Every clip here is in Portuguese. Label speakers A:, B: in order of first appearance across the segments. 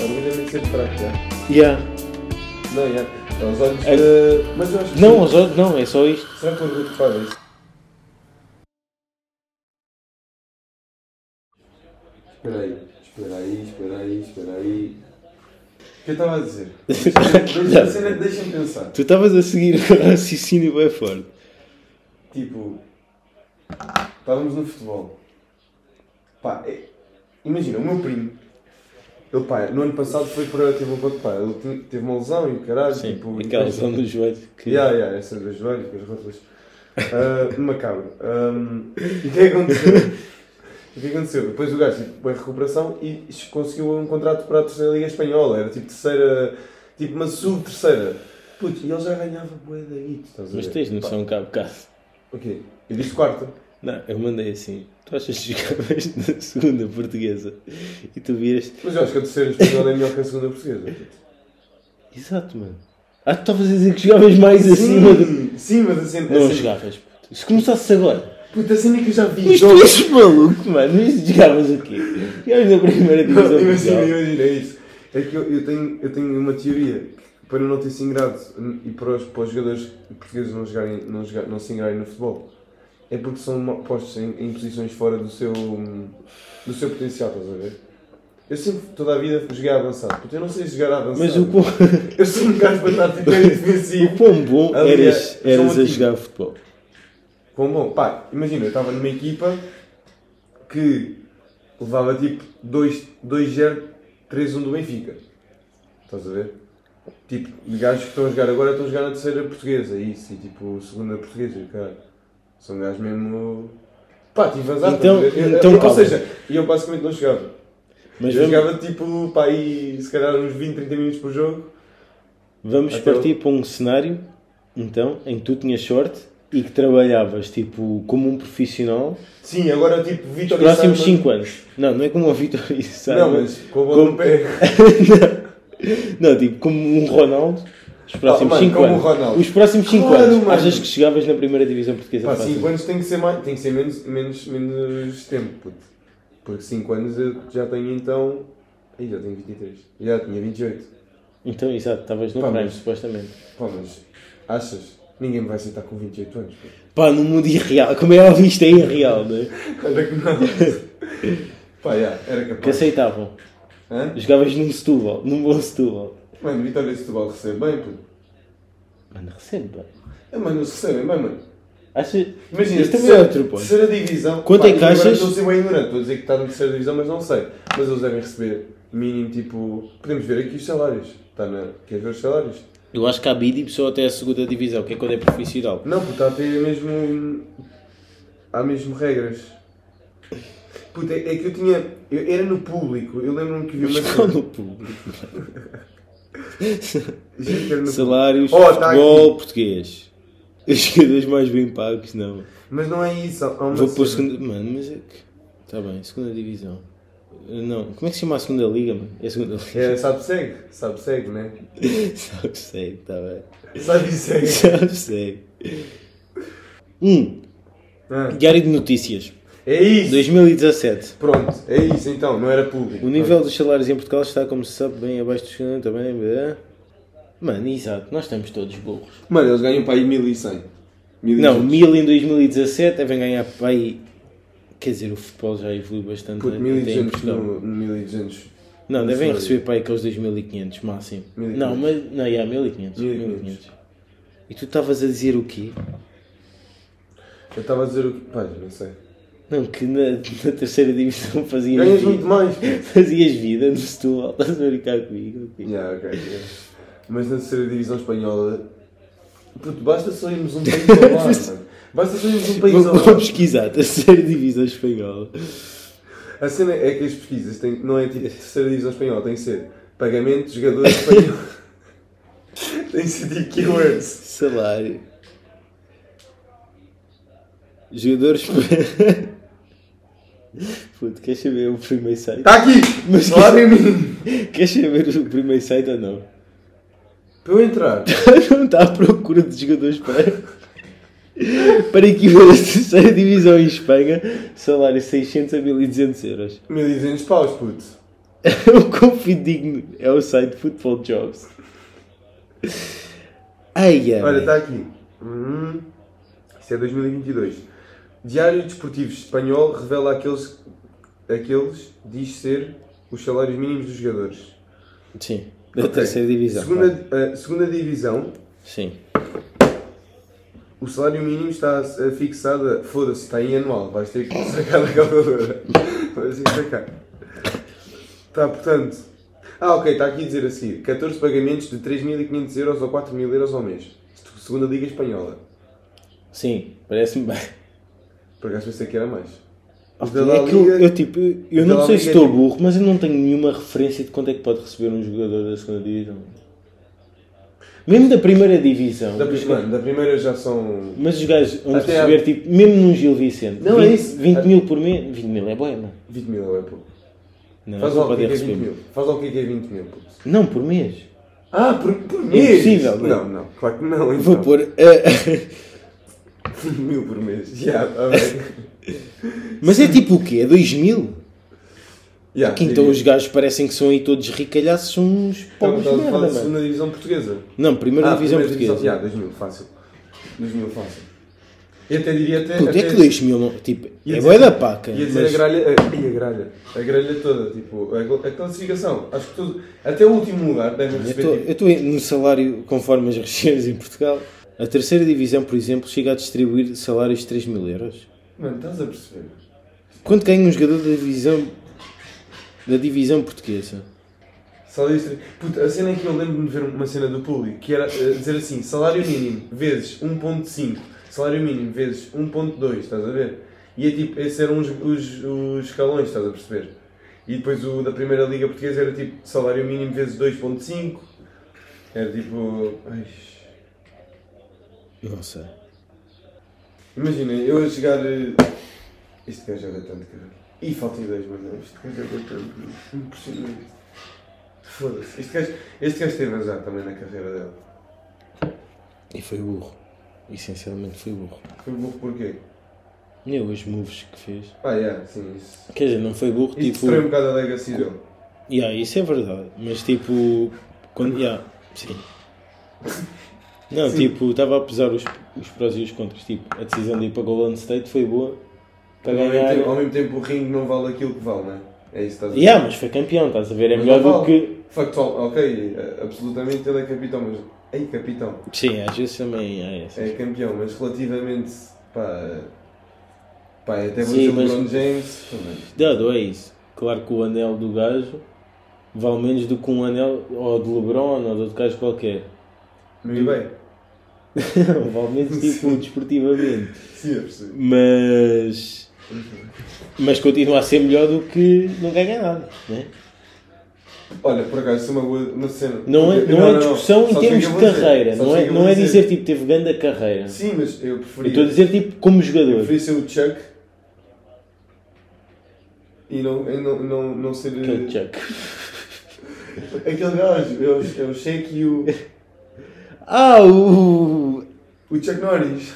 A: Orgulha nem sempre fraco, já.
B: Yeah.
A: é. Não, já. É os olhos
B: É-
A: de... Mas eu acho que...
B: Não, os olhos não, é só isto.
A: Será que o orgulho faz isso? Espera aí, espera aí, espera aí, espera aí. O que eu estava a dizer? Deixa-me deixa, deixa pensar.
B: Tu estavas a seguir o raciocínio bem forte.
A: Tipo, estávamos no futebol. Pá, é- imagina, o meu primo, ele pá, no ano passado foi para. Teve, um pouco- pá, ele te- teve uma lesão e o caralho.
B: Sim,
A: tipo,
B: aquela
A: e-
B: lesão no joelho que
A: Ya, ya, essa dos joelhos, com é as rótulas. Ah, macabro. Ahm, e o que é que aconteceu? O que é que aconteceu? Depois o gajo tipo, em recuperação e conseguiu um contrato para a terceira Liga Espanhola. Era tipo terceira, tipo uma sub-terceira. Putz, e ele já ganhava boé da guita, estás a
B: Mas
A: ver?
B: tens
A: Pá,
B: noção que há bocado.
A: O quê? Eu disse quarta.
B: Não, eu mandei assim. Tu achas que jogavas na segunda portuguesa e tu vieste.
A: Mas eu acho que a terceira espanhola é melhor que a segunda portuguesa.
B: Exato, mano. Ah, tu estavas a dizer que jogavas mais acima do.
A: sim, sim, mas assim...
B: Não
A: assim
B: jogavas, puto. Se começasses agora.
A: puta, a cena é que eu já vi
B: Mas tu
A: jogos-
B: és maluco, mano. Mas jogavas o quê? Jogavas na primeira
A: Não,
B: divisão.
A: Imagina,
B: mundial.
A: imagina isso. É que eu, eu tenho, eu tenho uma teoria que para não ter singrado e para os, para os jogadores portugueses não, jogarem, não, jogar, não singrarem no futebol é porque são ma- postos em, em posições fora do seu, do seu potencial, estás a ver? Eu sempre, toda a vida, joguei avançado, porque eu não sei jogar avançado.
B: Mas o pão,
A: Eu sou um gajo para estar tipo, em
B: o
A: defensivo.
B: pão bom
A: Ali é-
B: eras,
A: eu sou um
B: eras a
A: antigo.
B: jogar futebol.
A: Quão um bom. Pá, imagina, eu estava numa equipa que levava tipo 2 2-0, 3-1 do Benfica. Estás a ver? Tipo, e gajos que estão a jogar agora estão a jogar na terceira portuguesa, isso, e tipo, segunda portuguesa, e o cara. São gajos mesmo. Pá, tive azar.
B: Então-
A: estás a ver? Eu-
B: então
A: eu- ou
B: calma.
A: seja, e eu basicamente não chegava.
B: Mas
A: eu
B: vamos,
A: jogava tipo, pá, aí se calhar uns 20, 30 minutos por jogo.
B: vamos
A: Até
B: partir para um cenário, então, em que tu tinhas sorte e que trabalhavas, tipo, como um profissional,
A: Sim, agora tipo, Vitor
B: os próximos 5 anos. Não, não é como o Vitor e Sá,
A: Não, mas com a bola
B: Como-
A: no pé.
B: Não, tipo, como um Ronaldo, os próximos
A: Ah, mano,
B: 5
A: como
B: anos.
A: um Ronaldo.
B: Os próximos 5
A: Claro,
B: anos,
A: mano.
B: achas que chegavas na primeira divisão portuguesa
A: Pá,
B: fácil?
A: 5 anos tem que ser, mais, tem que ser menos, menos, menos tempo, puto. Porque 5 anos eu já tenho então. Aí já tenho 23. Já tinha 28.
B: Então, exato, estavas no
A: Pá,
B: prime,
A: mas-
B: supostamente.
A: Pá, mas achas? Ninguém me vai aceitar com 28 anos, puto.
B: Pá, no mundo irreal, como é óbvio, isto é irreal, não é?
A: Era que não. Pá, já, era
B: Que
A: capaz.
B: aceitavam.
A: Hã?
B: Jogavas num Setúbal, num bom Setúbal.
A: Mano, Vitória de Setúbal recebe bem, puto.
B: Mano, recebe, pá.
A: É, mano, eles recebem bem, mano.
B: Acha...
A: Imagina,
B: Isto também é
A: terceira,
B: outro ponto.
A: terceira divisão.
B: Quanto
A: Pá,
B: é que
A: e agora
B: achas?
A: Estou a ser bem ignorante, estou a dizer que está na terceira divisão, mas não sei. Mas eles devem receber mínimo, tipo. Podemos ver aqui os salários. Está na... Queres ver os salários?
B: Eu acho que há Bidi só até a segunda divisão, que é quando é profissional.
A: Não, puta, há até mesmo. Há mesmo regras. Puta, é é que eu tinha. Eu era no público, eu lembro-me que vi uma.
B: Mas qual no público?
A: Juro que era no
B: Salários,
A: Oh, tá
B: futebol, português. Os jogadores mais bem pagos, não.
A: público. Mas não é isso, há há uma.
B: Vou pôr
A: cena.
B: segunda... Mano, mas é que... Tá bem, segunda divisão. Não, como é que se chama a segunda liga, mano? É a segunda liga.
A: É, sabe segue? Sabe segue, né?
B: Sabe, segue, tá bem.
A: Sabe segue.
B: Sabe, segue. Um,
A: Ah,
B: Diário de Notícias,
A: é isso!
B: 2017.
A: Pronto, é isso então, não era público.
B: O nível dos salários em Portugal está, como se sabe, bem abaixo dos que também. blá. Mano, exato, nós estamos todos burros.
A: Mano, eles ganham para aí 1100.
B: Não, 1000 em 2017 devem ganhar para aí. Quer dizer, o futebol já evoluiu bastante.
A: Puto,
B: né? Até em
A: 1200
B: Portugal.
A: no, no 1200.
B: Não, devem
A: Sim.
B: receber para aí aqueles 2500 máximo.
A: 1500.
B: Não, mas. Não, yeah, 1500.
A: 1500.
B: 1500. E tu estavas a dizer o quê?
A: Eu estava a dizer o que. Pá, não sei.
B: Não, que na, na terceira divisão fazias
A: Ganhas um muito
B: vida.
A: mais, pô.
B: Fazias vida no Setúbal, estás a brincar comigo? ok?
A: Yeah, ok, yeah. Mas na terceira divisão espanhola. Puto, basta só irmos um país ao lado, mano. Basta só irmos um país ao
B: Vou, vou
A: lado.
B: pesquisar, terceira divisão espanhola.
A: A cena é que as pesquisas têm, não é tipo terceira divisão espanhola, tem que ser pagamento de jogadores espanhóis. tem que ser tipo keywords.
B: Salário. Jogadores. Puto, queres saber o primeiro site?
A: Está Tá aqui!
B: Mas-
A: Salário mínimo!
B: Queres saber o primeiro site ou não?
A: Para eu entrar.
B: Não está à procura de jogadores para. Para equipa da terceira divisão em Espanha, salário 600 a 1200 euros.
A: 1200 paus, puto.
B: o quão fidedigno é o site Football Jobs. Ai, ai.
A: Olha, tá. está aqui. Hum, isso é 2022. Diário Desportivo Espanhol revela aqueles, aqueles diz ser os salários mínimos dos jogadores.
B: Sim, da
A: Ok.
B: terceira divisão. vá.
A: Segunda, a segunda divisão,
B: Sim.
A: o salário mínimo está eh, fixado. a- Foda-se, está em anual. Vais ter que sacar da calculadora. Vais ter que sacar. Tá, portanto. Ah, ok, está aqui a dizer a seguir: 14 pagamentos de 3.500 euros ou 4.000 euros ao mês. Segunda Liga Espanhola.
B: Sim, parece-me bem.
A: Por acaso pensei que era mais. Os da La
B: É que eu,
A: Liga-
B: eu, tipo, eu- eu
A: os da
B: não
A: La
B: sei
A: Liga
B: se
A: é
B: estou
A: tipo-
B: burro, mas eu não tenho nenhuma referência de quanto é que pode receber um jogador da segunda divisão. Mesmo da primeira divisão.
A: Da,
B: os
A: pri-
B: gajos-
A: mano, da primeira já são.
B: Mas os gajos vão
A: Até
B: receber, tipo, mesmo num Gil Vicente,
A: Não, é
B: 20,
A: isso.
B: 20
A: Ah.
B: mil por mês. 20 mil é boa, mano.
A: 20 mil ou é pouco.
B: Não,
A: Faz
B: não
A: lá o que é
B: podem
A: que é 20
B: receber.
A: mil. Faz lá o que é que é 20 mil. puto.
B: Não, por mês.
A: Ah, por, por mês?
B: Impossível, não é?
A: não, não, claro que não. Então.
B: Vou pôr.
A: eh,
B: ah,
A: 20 mil por mês. Já, tá bem.
B: mas é tipo o quê? É 2 mil?
A: Já,
B: Que então
A: diria.
B: os gajos parecem que são aí todos ricalhaços, são uns
A: Então,
B: pobres de
A: estás a falar
B: merda,
A: da
B: mano.
A: segunda divisão portuguesa.
B: Não, primeira
A: Ah,
B: divisão
A: primeira divisão,
B: portuguesa.
A: Já, 2 mil, fácil. 2 mil, fácil. Eu até diria até.
B: Puto,
A: até
B: é que 2 mil não. Tipo,
A: Ia
B: é
A: dizer-
B: boa da paca.
A: Ia dizer é
B: mas-
A: a gralha. A, e a gralha. A gralha toda, tipo. A, cla- a classificação. Acho que tudo. Até o último lugar devem
B: Eu
A: receber.
B: tô-
A: tipo,
B: Eu estou no salário conforme as regiões em Portugal. A terceira divisão, por exemplo, chega a distribuir salários de 3 mil euros.
A: Mano, estás a perceber?
B: Quanto ganha um jogador da divisão, da divisão portuguesa?
A: Salários tri- Puta, a cena em que eu lembro-me de ver uma cena do público que era eh, dizer assim: salário mínimo vezes 1,5, salário mínimo vezes 1,2, estás a ver? E é tipo, esses eram os, os, os escalões, estás a perceber? E depois o da primeira liga portuguesa era tipo salário mínimo vezes 2,5, era tipo. ai,
B: Não sei.
A: Imagina, eu a chegar. eh, Este gajo joga tanto, cara. E faltam dois, mas não, este gajo joga tanto. Impressionante. Foda-se. Este gajo, este gajo teve azar também na carreira dele.
B: E foi burro. Essencialmente foi burro.
A: Foi burro porquê?
B: Eu, os moves que fez.
A: Ah, yeah, sim, isso.
B: Quer dizer, não foi burro,
A: Isso
B: tipo.
A: foi um bocado a legacy dele.
B: Yeah, isso é verdade, mas tipo. Quando, yeah, sim. Não,
A: Sim.
B: tipo, estava a pesar os, os prós e os contras. Tipo, a decisão de ir para Golden State foi boa para
A: Ao mesmo,
B: ganhar. um
A: tempo, ao mesmo tempo, o ringue não vale aquilo que vale, não é? É isso que estás a
B: Yeah, mas foi campeão, estás a ver? É
A: Mas
B: melhor
A: não
B: do
A: vale.
B: que.
A: Factual, ok, eh, absolutamente ele é capitão, mas. Ei, capitão.
B: Sim, às vezes também é essa.
A: É campeão, mas relativamente. pá. pá, é até vou dizer
B: Sim,
A: o
B: mas-
A: LeBron James. pá, mas-
B: Dado, é isso. Claro que o anel do gajo vale menos do que um anel ou de LeBron ou de outro gajo qualquer.
A: No eBay.
B: vale menos, tipo,
A: Sim.
B: desportivamente.
A: Sim, eu percebo.
B: Mas. Mas continua a ser melhor do que não ganhar nada, né?
A: Olha, por acaso, isso é uma boa uma cena.
B: não é?
A: Porque-
B: Não, é discussão
A: Só
B: em
A: sei
B: termos
A: que eu
B: de
A: vou dizer,
B: carreira,
A: só
B: não
A: sei
B: é,
A: que eu
B: não
A: vou
B: é dizer tipo teve grande carreira.
A: Sim, mas eu
B: Eu
A: preferia.
B: estou a dizer tipo como
A: Eu
B: jogador.
A: preferi ser o Chuck e não, e não, não, não ser.
B: Aquele Chuck.
A: Aquele gajo, é o, é o Shaq e o.
B: Ah, o.
A: O Chuck Norris.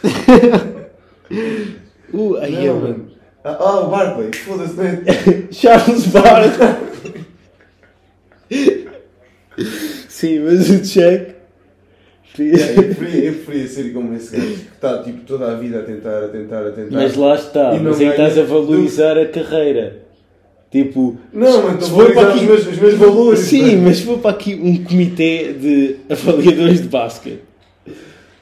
B: o ai,
A: Não,
B: eu, mano.
A: mano. Ah, ah, o Barclay, foda-se, não é?
B: Charles Barkley. Sim, mas o Chuck.
A: Yeah, eu, preferia, eu preferia ser como esse gajo que está tipo toda a vida a tentar, a tentar, a tentar.
B: Mas lá está,
A: E não
B: mas aí estás a
A: ganha.
B: valorizar a carreira. Tipo,
A: Não, mas
B: se
A: estou a
B: for para
A: valorizar
B: aqui-
A: os meus, os meus valores. é?
B: Sim,
A: mano.
B: mas se for para aqui um comitê de avaliadores de basquete,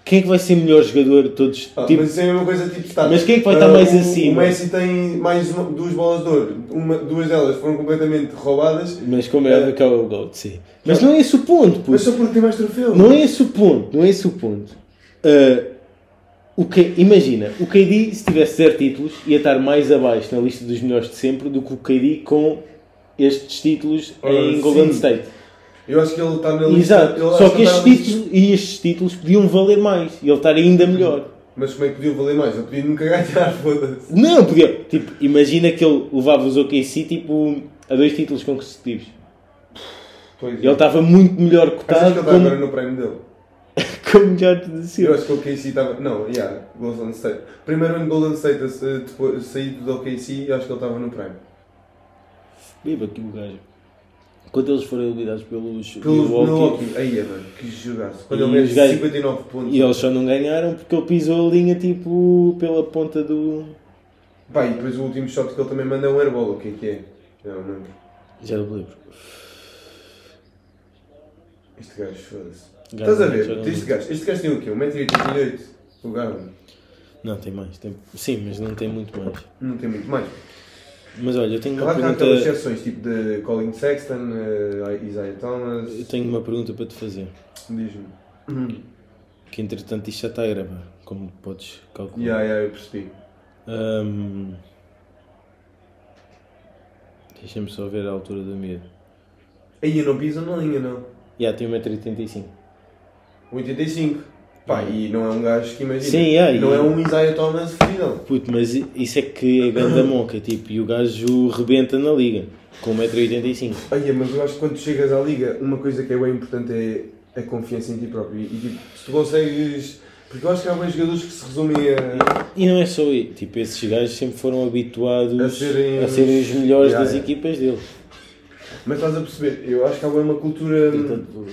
B: quem é que vai ser melhor jogador de todos?
A: Ah,
B: tipo,
A: mas isso é a mesma coisa, tipo, está,
B: Mas quem é que vai estar
A: ah,
B: mais
A: o,
B: acima?
A: O Messi tem mais uma- duas bolas de ouro. Uma- duas delas foram completamente roubadas.
B: mas como é óbvio que é o GOAT, sim. Mas não é esse o ponto,
A: Mas
B: puto.
A: só porque tem mais troféu.
B: Não é esse o ponto, não é esse o ponto. Ah, o que, imagina, o KD, se tivesse zero títulos, ia estar mais abaixo na lista dos melhores de sempre do que o KD com estes títulos
A: Ah,
B: em
A: sim.
B: Golden State.
A: Eu acho que ele está na lista.
B: Exato,
A: ele
B: só
A: acho
B: que
A: ele está
B: estes
A: na lista-
B: títulos, e estes títulos podiam valer mais e ele estar ainda melhor.
A: Mas como é que podia valer mais? Eu podia nunca ganhar, foda-se.
B: Não, podia. Tipo, imagina que ele levava os OKC tipo, a dois títulos consecutivos.
A: Pois
B: Ele tá estava muito melhor
A: Achas que
B: cotado
A: ele está agora
B: como,
A: no prémio dele?
B: como melhor de
A: Eu
B: descer.
A: acho que o KC estava. Não, yeah, Golden State. Primeiro ano Golden State a se- depois, saído do KC, eu acho que ele estava no prémio.
B: Beba aqui o um gajo. Quando eles foram eliminados pelos
A: Pelos
B: Milwaukee,
A: Milwaukee. Aí, é, mano, que jogaço. Quando
B: E
A: ele mete
B: os gajos-
A: 59 pontos.
B: e eles só não ganharam porque ele pisou a linha tipo pela ponta do.
A: Pá, e depois o último shot que ele também manda é um airball, o que é que é? Não, mano,
B: Já não me lembro.
A: este gajo, foda-se.
B: Gajo,
A: Estás a ver?
B: já não-
A: Este gajo, este gajo tem o quê? 1,88m? O gajo
B: Não, tem mais. Tem... Sim, mas não tem muito mais.
A: não tem muito mais.
B: Mas olha, eu tenho uma
A: Claro que há aquelas
B: pergunta.
A: exceções, tipo de Colin Sexton, eh, Isaiah Thomas,
B: Eu tenho uma pergunta para te fazer.
A: diz-me.
B: Que entretanto isto já está a gravar, como podes calcular.
A: Yeah, yeah, eu percebi.
B: Ahm, Deixa-me só ver a altura da mesa.
A: Aí eu não piso na linha, não.
B: Já, tem 1,85m.
A: 85. Pá, e não é um gajo que imagina.
B: Hum. Sim, yeah,
A: não
B: e-
A: é um Isaiah Thomas fudidão.
B: Puto, mas i- isso é que é grande a moca, tipo, e o gajo rebenta na liga, com 1,85m.
A: Aí, é, mas eu acho que quando chegas à liga, uma coisa que é bem importante é a confiança em ti próprio. E tipo, se tu consegues. Porque eu acho que há bem jogadores que se resumem a.
B: E não é só isso, tipo, esses gajos sempre foram habituados
A: A serem Hum.
B: a
A: os-
B: serem os melhores
A: Ya,
B: das
A: ya.
B: equipas dele.
A: Mas estás a perceber? Eu acho que há bem uma cultura.
B: Portanto,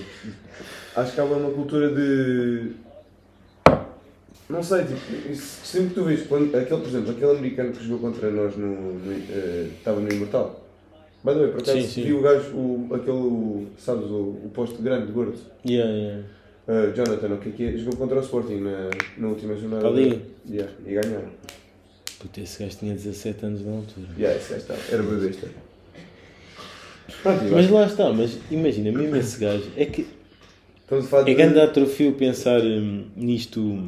A: Acho que há uma cultura de. Não sei, tipo, isso- sempre que tu vês, quando, aquele, por exemplo, aquele americano que jogou contra nós no. no, eh, estava no Imortal. By the way, por acaso
B: Sim, sim.
A: vi o gajo, o, aquele, o- sabes, o, o posto grande, gordo,
B: ya, ya.
A: eh, Jonathan, o que é que é? Jogou contra o Sporting na, na última jornada.
B: Tá ali.
A: Yeah, e ganharam.
B: Puto, esse gajo tinha 17 anos na altura.
A: Yeah, esse gajo estava. Era budista. Pronto,
B: Mas
A: mas,
B: lá está, mas imagina, mesmo esse gajo, é que
A: estamos a falar
B: é
A: de.
B: grande atrofio pensar hum, nisto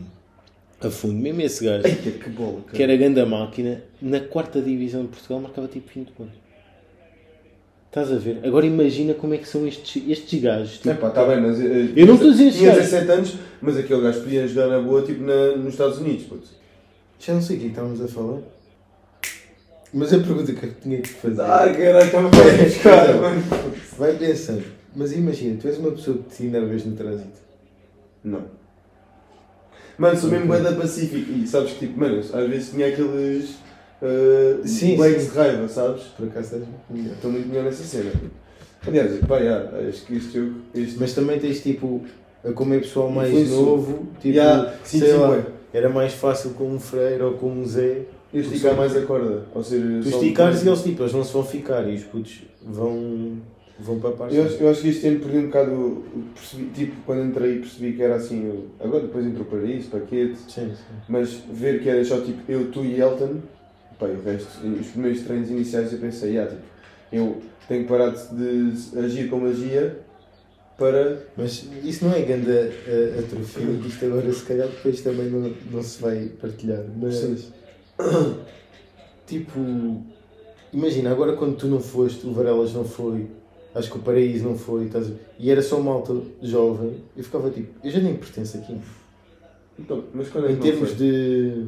B: a fundo, mesmo esse gajo.
A: Eita, que bola, cara.
B: que era grande a máquina, na quarta divisão de Portugal marcava tipo 20 pontos. Estás a ver? Agora imagina como é que são estes, estes gajos. tipo,
A: Epá, tá bem, mas. eh,
B: Eu não estou a dizer
A: Tinha
B: estes
A: 17 anos, mas aquele gajo podia jogar na boa, tipo, na, nos Estados Unidos, puto.
C: Já não sei o que estávamos a falar. Mas a pergunta que eu tinha que fazer.
A: caralho, estava
C: a buscar, mano. Vai pensando. Mas imagina, tu és uma pessoa que te enervas no trânsito.
A: Não. Mano, sou mesmo bué da Pacífico. E sabes que, tipo, mano, às vezes tinha aqueles. Uh,
C: Sim,
A: legs
C: sim.
A: de raiva, sabes?
C: Por acaso estás melhor.
A: Estou muito melhor nessa cena. Aliás, pá, já, acho que este jogo. Este...
C: Mas também tens tipo, a como é pessoal mais
A: Influenciou.
C: novo, tipo,
A: Yeah, sim,
C: sei
A: sim,
C: lá,
A: bué.
C: era mais fácil com um freiro ou com um Zé.
A: Eu esticar mais a corda. Ou seja,
C: Tu
A: só- um
B: um
C: esticares e eles tipo, eles não se vão ficar e os putos vão, vão para a parte.
A: Eu acho, eu acho que este ano perdi um bocado. o- Percebi, tipo, quando entrei percebi que era assim. eu- Agora depois entrou para isso, paquete.
C: Sim, sim.
A: Mas ver que era só tipo eu, tu e Elton, pá, e o resto, os primeiros treinos iniciais eu pensei, ah, tipo, eu tenho que parar de, de agir com magia para.
C: Mas isso não é grande uh, atrofio, isto agora se calhar depois também não, não se vai partilhar. Mas tipo, imagina, agora quando tu não foste, o Varelas não foi, acho que o Paraíso não foi, estás a- e era só malta jovem, eu ficava tipo, eu já nem pertenço aqui.
A: Então, mas quando é que
C: Em
A: não
C: termos
A: foi?
C: de.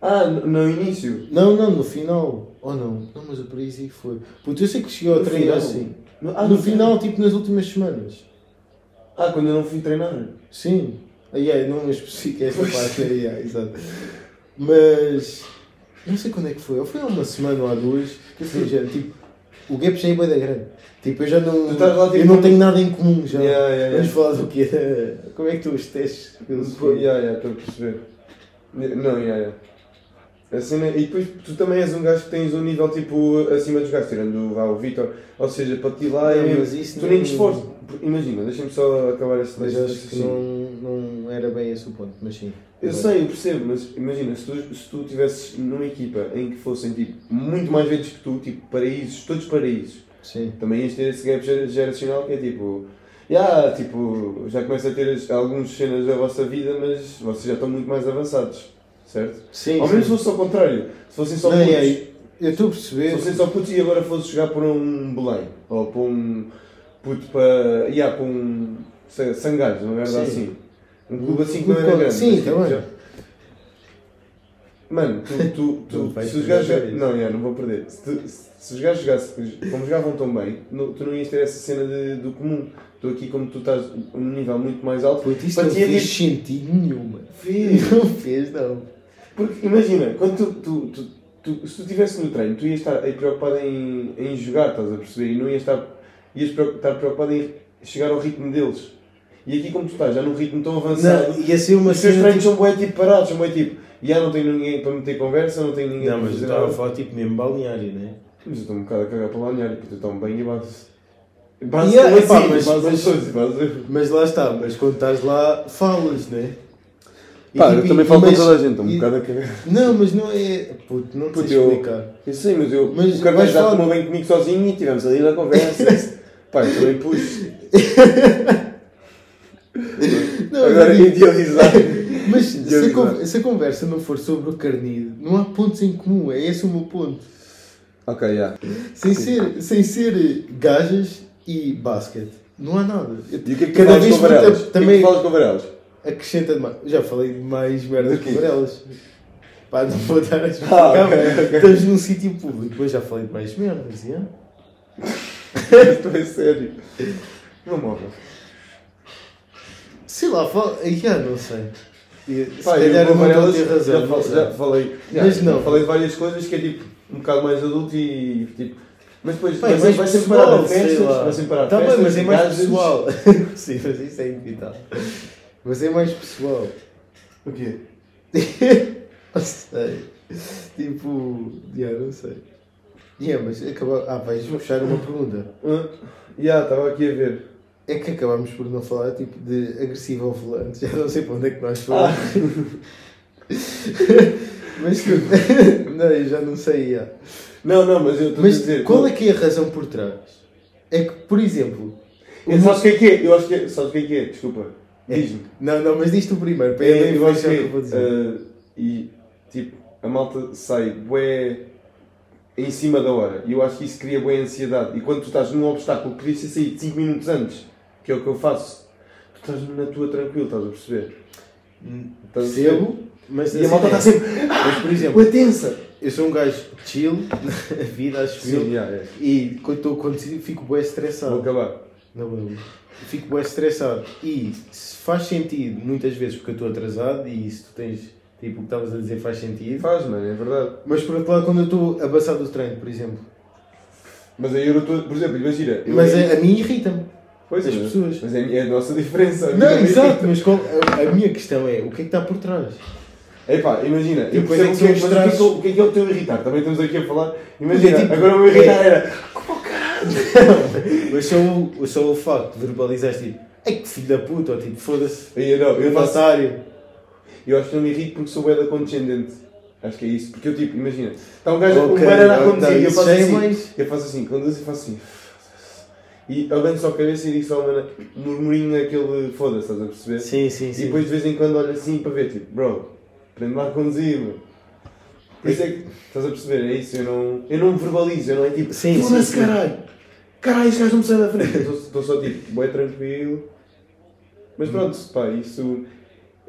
A: Ah, no, no início?
C: Não, não, no final. Oh não, não, mas o Paraíso aí foi. Puto, eu sei que cheguei ao
A: No
C: treinar
A: final?
C: assim.
A: ah,
C: no final, tipo nas últimas semanas.
A: Ah, quando eu não fui treinar.
C: Sim. Ah, yeah, não especifica essa parte. aí, yeah, exato. Mas não sei quando é que foi. Ou foi há uma semana ou há duas. Que eu fui já, tipo, o gap já é bem da grande. Tipo, eu já não.
A: Tu estás lá, tipo,
C: eu não tenho nada em comum já.
A: Yeah, yeah, yeah.
C: Vamos falar do quê? Como é que tu os testes?
A: Pô, yeah, yeah, estou a perceber. Não, yeah, yeah. A cena- e depois tu também és um gajo que tens um nível tipo acima dos gajos, tirando vá, o Vitor. Ou seja, para ti lá é
C: Não,
A: mesmo.
C: mas isso
A: tu nem
C: não-
A: te esforças. Imagina, deixa-me só acabar este
C: Mas
A: este
C: acho que
A: raciocínio.
C: não, não era bem esse o ponto, mas sim.
A: Eu sei, eu percebo, mas imagina, se tu, se tu tivesses numa equipa em que fossem tipo, muito mais velhos que tu, tipo paraísos, todos paraísos,
C: Sim.
A: também ias ter esse gap ger- geracional que é tipo, já, tipo, já começa a ter as- algumas cenas da vossa vida, mas vocês já estão muito mais avançados, certo?
C: Sim.
A: Ao menos se
C: sim.
A: fosse ao contrário, se fossem só
C: Não,
A: putos,
C: yeah, eu estou a
A: se
C: perceber.
A: fossem só putos e agora fosses jogar para um Belém, ou para um puto para, yeah, para um sei, Sangalhos, uma merda
C: Sim.
A: assim. Um clube assim que
C: Um
A: não era
C: clube-
A: grande.
C: sim,
A: mas, tipo,
C: tá bem.
A: já- Mano, tu, tu,
C: Não
A: tu,
C: vais
A: se os gajos.
C: perder isso.
A: Não, já, não vou perder. Se, tu- se- se os gajos jogassem como jogavam tão bem, não- tu não ias ter essa cena de- do comum. Tu aqui, como tu estás a um nível muito mais alto,
C: Puto, isso
A: para
C: não
A: ti é
C: fez
A: tipo,
C: sentido nenhuma.
A: "Fiz."
C: Não fez, não.
A: Porque imagina, quando tu, tu, tu, tu- se tu estivesse no treino, tu ias estar aí preocupado em, em jogar, estás a perceber? E não ias estar ias preo- estar preocupado em chegar ao ritmo deles. E aqui, como tu estás já num ritmo tão avançado,
B: Não, ia ser uma
A: os teus
B: cena.
A: treinos são bem tipo parados, são bem tipo, já não tenho ninguém para meter conversa, não tenho ninguém
B: tipo- Não,
A: para
B: mas eu
A: fazer
B: estava a
A: nada."
B: falar tipo mesmo balneário, né?
A: Mas eu estou um bocado a cagar para lá, olhar, porque eu estou bem e base.
B: E
A: Base
B: é,
A: com esse,
B: pá, mas-
A: assim, mas base
B: mas-
A: aos outros, base. é-
B: Mas lá está, mas quando estás lá, falas, né? E,
A: Pá,
B: tipo,
A: eu também falo
B: mas-
A: com toda a gente, estou um
B: e-
A: bocado a cagar.
B: Não, mas não é. Puto, não te
A: Puto,
B: sei
A: eu-
B: explicar.
A: Eu sei, mas eu.
B: Mas
A: o Carvalho
B: vais
A: já
B: falar-
A: tomou bem comigo sozinho e tivemos ali da conversa. Pá, eu também puxo.
B: Não,
A: Agora
B: mas-
A: ia idealizar.
B: Mas
A: Já
B: se a,
A: vi,
B: con-
A: claro.
B: se a conversa não for sobre o carnido, não há pontos em comum, é esse o meu ponto.
A: ok, já.
B: Sem ser, sem ser gajas e basquete, não há nada. Eu-
A: E o que é que tu falas com
B: vou
A: Varelas?
B: tam-
A: O que é que
B: também
A: tu falas com Varelas?
B: acrescenta demais. Já falei de mais merdas
A: Do
B: que
A: quê?
B: elas. Pá, não vou dar a explicar.
A: Ah, ok, ok.
B: Estamos num sítio público, mas já falei de mais merdas, já?
A: Estou a é sério. Não morra.
B: Sei lá, fal... já não sei. E, Se
A: Pá,
B: calhar
A: eu
B: eu
A: com
B: não estou a
A: Varelas
B: ter razão.
A: já,
B: não
A: fal-
B: sei.
A: já falei. Já,
B: Mas não.
A: Falei de várias coisas que é tipo um bocado mais adulto e tipo. Mas é depois
B: Pá, é
A: vai,
B: mais
A: vai sempre
B: pessoal,
A: parar a
B: sei
A: festas,
B: lá.
A: vai sempre parar a
B: Tá
A: festas.
B: bem, mas é mais
A: gajas.
B: pessoal. Sim, mas isso é inevitável. Mas é mais pessoal.
A: O quê?
B: Não sei. Tipo. Yeah, não sei. Yeah, mas acaba... Ah, vais puxar uma pergunta.
A: Hã? Já, estava aqui a ver.
B: É que acabámos por não falar tipo de agressivo ao volante. Já não sei para onde é que nós
A: Ah.
B: falamos. mas que. não, eu já não sei. Yeah.
A: Não, não, mas eu estou a
B: Mas
A: dizer.
B: qual é que é a razão por trás? É que, por exemplo.
A: Eu, sabes o que é que é? Eu acho que é. Sabes o que é que é? Desculpa. Diz-me.
B: Não, não, mas diz tu primeiro, para
A: É,
B: ele
A: eu acho que
B: fechar o que eu vou
A: é.
B: dizer.
A: ah, E tipo, a malta sai bué em cima da hora. E eu acho que isso cria bué ansiedade. E quando tu estás num obstáculo, podias ter saído 5 minutos antes, que é o que eu faço. Tu estás na tua tranquilo, estás a perceber? Então, Estás a perceber?
B: Hum, Percebo, mas
A: E a malta está
B: assim,
A: sempre.
B: Mas, por exemplo,
A: é Bué tensa!
B: eu sou um gajo chill, a vida acho
A: Sim,
B: eu,
A: já, é.
B: e quando estou acontecido fico bem
A: Vou
B: estressado.
A: acabar.
B: Não, não. Fico bem estressado. E se faz sentido, muitas vezes, porque eu estou atrasado, e se tu tens, tipo, o que estavas a dizer faz sentido.
A: Faz, mano, é verdade.
B: Mas por outro lado, quando eu estou abaçado do treino, por exemplo,
A: Mas aí eu não estou. Por exemplo, imagina. eu-
B: mas a, a mim irrita-me.
A: Pois,
B: as
A: mas-
B: pessoas.
A: Mas é, é a nossa diferença.
B: Não, exato, mas qual- a, a minha questão é, o que é que está por trás?
A: Epá, imagina, eu
B: E depois
A: percebo
B: é
A: o
B: que
A: que,
B: tu
A: mas o que, é que,
B: mostras-
A: o que é que é o teu irritar? Também estamos aqui a falar. Imagina,
B: Porque, tipo,
A: agora o meu irritar
B: é-
A: era.
B: Mas só o, só o facto de verbalizares tipo, ai que filho da puta, ou tipo, foda-se,
A: Aí, não, eu,
B: um
A: faço,
B: otário.
A: eu acho que não me irrito porque sou bué da condescendente. Acho que é isso. Porque eu, tipo, imagina, está um gajo
B: Ok,
A: um banana a
B: ok,
A: conduzir e eu
B: isso
A: faço
B: já é
A: assim.
B: mais-
A: Eu faço assim, conduzo e faço assim. E abanto só a cabeça e digo só um murmurinho aquele foda-se, estás a perceber?
B: Sim, sim, sim.
A: E depois de vez em quando olho assim para ver, tipo, bro, aprende lá a conduzir, meu. Por isso é que, estás a perceber, é isso, eu não, eu não verbalizo, eu não é tipo,
B: Sim, sim,
A: foda-se
B: sim.
A: caralho, caralho, este gajo não me sai da frente. Eu Estou estou só tipo, bem tranquilo. Mas
B: Hum.
A: pronto, pá, isso.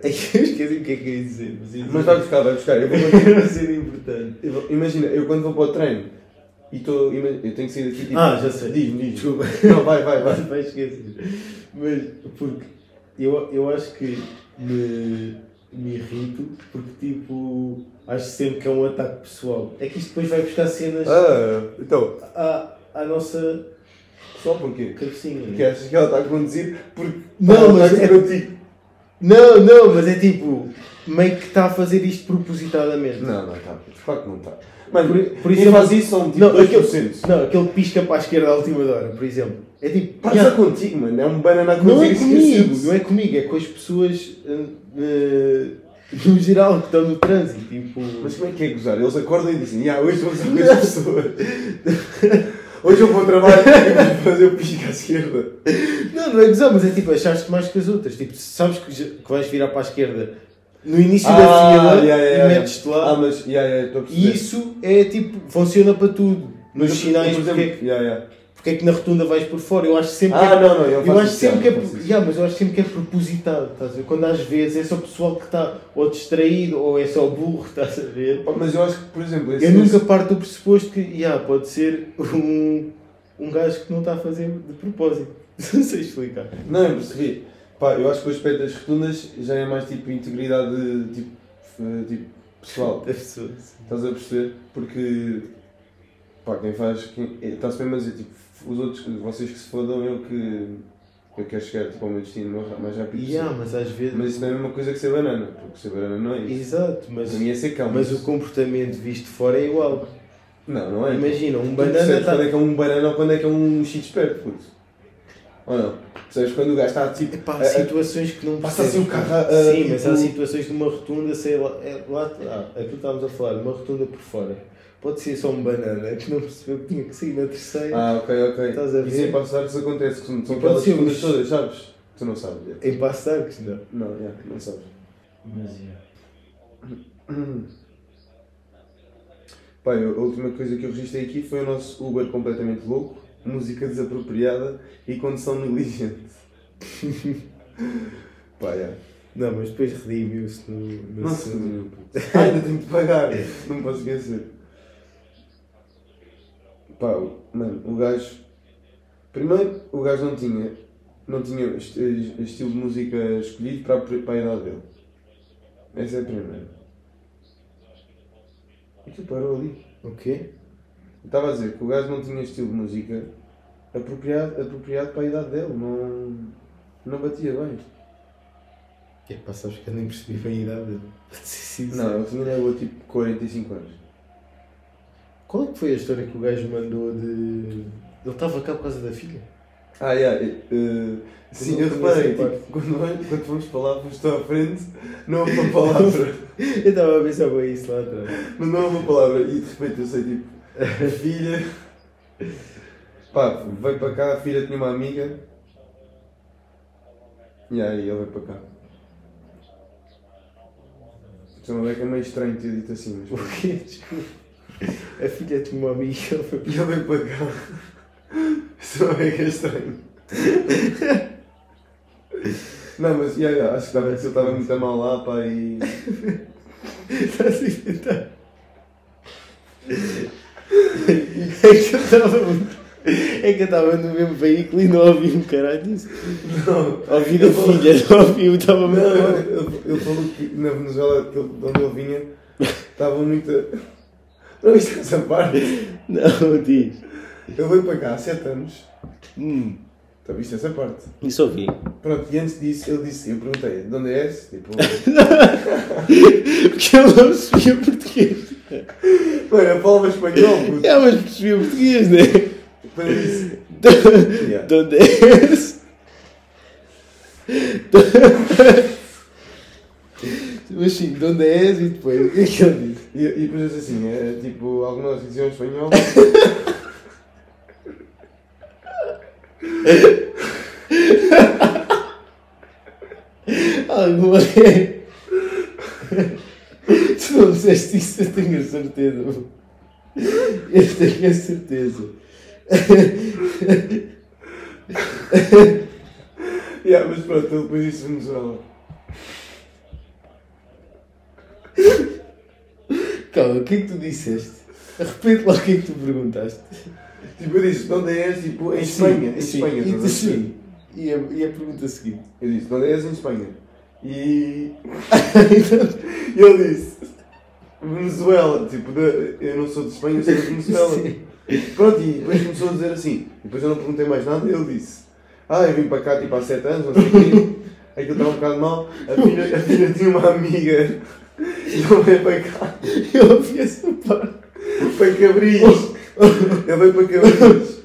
B: Ai, eu esqueci o que é que eu ia dizer, mas tá- ia
A: Mas vai buscar, vai buscar. Eu vou,
B: dizer uma cena importante.
A: eu vou- imagina, eu quando vou para o treino e estou. ima- Eu tenho que sair daqui tipo.
B: Ah, já sei.
A: Diz-me, diz-me.
B: Desculpa.
A: Não, vai, vai, vai.
B: Vai, vai esquecer. Mas, porque eu, eu acho que me, me irrito, porque tipo, acho sempre que é um ataque pessoal. É que isto depois vai buscar cenas
A: Ah, então,
B: à, à nossa
A: só porquê?
B: cabecinha. né?
A: Porque achas que ela está a conduzir porque.
B: Não,
A: ela
B: mas
A: está
B: é-
A: contigo.
B: Não, não, mas é tipo, meio que está a fazer isto propositadamente.
A: Não, não está. Claro que não está. Mano,
B: Por- por
A: quem
B: exemplo-
A: faz isso são tipo
B: Não, é
A: 2%.
B: Não, aquele pisca para a esquerda à última hora, por exemplo. É tipo,
A: Passa
B: "Ya,
A: contigo, mano. É um banana
B: não é
A: contigo
B: comigo,
A: esquecido.
B: não é comigo, é com as pessoas eh, eh, no geral que estão no trânsito. Tipo,
A: Mas como é que é gozar? Eles acordam e dizem, ah, hoje vou ser com as pessoas. Hoje eu vou ao trabalho e vou fazer o pisco à esquerda.
B: não, não é gozar, mas é tipo, achaste mais que as outras. Tipo, sabes que, já- que vais virar para a esquerda no início da fila
A: Ah, yeah, yeah, yeah.
B: e metes-te lá.
A: Ah, mas, yeah, yeah, estou a perceber.
B: e isso é tipo, funciona para tudo. Nos
A: eu-
B: sinais,
A: por
B: porque, é
A: exemplo,
B: que-
A: yeah, yeah.
B: porque é que na rotunda vais por fora? Eu acho sempre que é
A: Ah, não, não, eu,
B: Eu
A: faço
B: acho
A: isso,
B: sempre que
A: yeah,
B: é,
A: eu faço isso.
B: yeah, mas eu acho sempre que é propositado, estás a ver? Quando às vezes é só o pessoal que está ou distraído ou é só burro, estás a ver?
A: Pá, Mas eu acho que, por exemplo, esse,
B: Eu nunca parto do pressuposto que yeah, pode ser um, um gajo que não está a fazer de propósito. Não sei explicar.
A: Não, eu percebi. Pá, eu acho que o aspecto das rotundas já é mais tipo integridade tipo, eh, tipo pessoal.
B: Da pessoa.
A: Estás a perceber? Porque Pá, quem faz. quem- Está-se mesmo a dizer, tipo, os outros, vocês que se fodam, eu que. Eu quero chegar tipo, ao meu destino o mais rápido
B: E
A: possível.
B: há, mas às vezes.
A: Mas isso não é a mesma coisa que ser banana, porque ser banana não é isso.
B: Exato, mas,
A: Para mim é ser cão.
B: mas o comportamento visto de fora é igual.
A: Não, não é.
B: Imagina,
A: Tu
B: um banana
A: percebes
B: está.
A: quando é que é um banana ou quando é que é um shit esperto, puto. Ou não? Percebes quando o gajo está tipo.
B: Epá,
A: a-
B: há
A: a-
B: situações que não
A: Passa assim
B: percebes.
A: o carro, ah,
B: Sim, mas há
A: tipo-
B: situações numa rotunda, sei lá. É, lá ah, aquilo que estávamos a falar, uma rotunda por fora. Pode ser só um banana que não percebeu que tinha que sair na terceira.
A: Ah, ok, ok.
B: Estás a ver?
A: Isso em passar isso acontece, que são são
B: E pode
A: aquelas
B: ser
A: segundas
B: um-
A: todas, sabes? Tu não sabes. é.
B: Em passar, que não.
A: Não, já, não sabes.
B: Mas é.
A: Pai, a última coisa que eu registrei aqui foi o nosso Uber completamente louco, música desapropriada e condução negligente. Pá, já.
B: Não, mas depois redimiu-se no, no
A: Não se fudeu,
B: segundo.
A: puto. Ai, Ainda tenho que pagar. Não posso esquecer. Pá, o- mano, o gajo. Primeiro, o gajo não tinha. Não tinha est- eh, estilo de música escolhido para, a pri- para a idade dele. Essa é a primeira. E tu parou ali.
B: O quê?
A: Eu Estava a dizer que o gajo não tinha estilo de música apropriado, apropriado para a idade dele. Não, não batia bem.
B: É pá, sabes que eu nem percebi bem a idade dele. Para ser sincero.
A: Não, ele tinha na boa, tipo 45 anos.
B: Qual é que foi a história que o gajo mandou de. Ele estava cá por causa da filha?
A: Ah, yeah, eh, eh, sim, eu
B: não conheço
A: reparei,
B: a parte.
A: tipo, quando, vai- quando fomos falar, fomos tu à frente, não houve uma palavra,
B: Eu estava a pensar bem isso lá atrás.
A: mas não houve uma palavra, e de repente eu sei, tipo, a filha, pá, veio para cá, a filha tinha uma amiga, e aí ele veio para cá. Então é que é meio estranho ter dito assim, mas pronto.
B: Porque, desculpa. A filha de uma amiga ele foi
A: E ele veio para cá, só é que é estranho. Não, mas yeah, yeah, acho que estava- ele estava muito a mal lá, pá, e...
B: Estás a inventar? É que eu estava É que eu estava no mesmo veículo e não ouvi um caralho disso. Não. Ouvi da
A: Eu vou-
D: filha, não ouvi, eu estava
A: Não,
D: mesmo.
A: ele, ele falou que na Venezuela, que ele- de onde ele vinha, estava muito. Não, isto é essa parte. Ele
D: Não, diz.
A: veio para cá há 7 anos.
D: Hum,
A: Então, isto é essa parte.
D: isso ouvi.
A: Pronto, e antes disso, ele disse, eu perguntei, de onde és? Tipo,
D: Porque ele não percebia português.
A: olha, falava espanhol, puto.
D: É, mas percebia português, né?
A: Depois eu disse,
D: De
A: yeah.
D: de onde és?
B: Mas sim, de onde és e depois. O que é que ele disse?
A: E, e depois eu disse assim, é, tipo, alguma nós diziam espanhol.
B: Alguma é. Tu não disseste isso, eu tenho a certeza. meu. Eu tenho a certeza.
A: yeah, mas pronto, ele depois disse Venezuela.
B: Calma, o que é que tu disseste? Repete lá o que é que tu perguntaste.
A: Tipo, eu disse, de onde és? Tipo, em Espanha. Em
B: Sim,
A: Espanha,
B: e
A: estás a
B: tu-
A: perceber?
B: sim. E a, e a pergunta seguinte?
A: Eu disse, de onde és? Em Espanha. E E ele disse: Venezuela, tipo, de- eu não sou de Espanha, eu sou de Venezuela.
B: Sim.
A: Pronto, e depois começou a dizer assim. Depois eu não perguntei mais nada e ele disse: Ah, eu vim para cá tipo há 7 anos, não sei o quê. Aquilo estava um bocado mal. A filha, a filha tinha uma amiga e ele veio para cá,
B: Eu ouvi essa parte.
A: para Cabris. Ele veio para Cabris.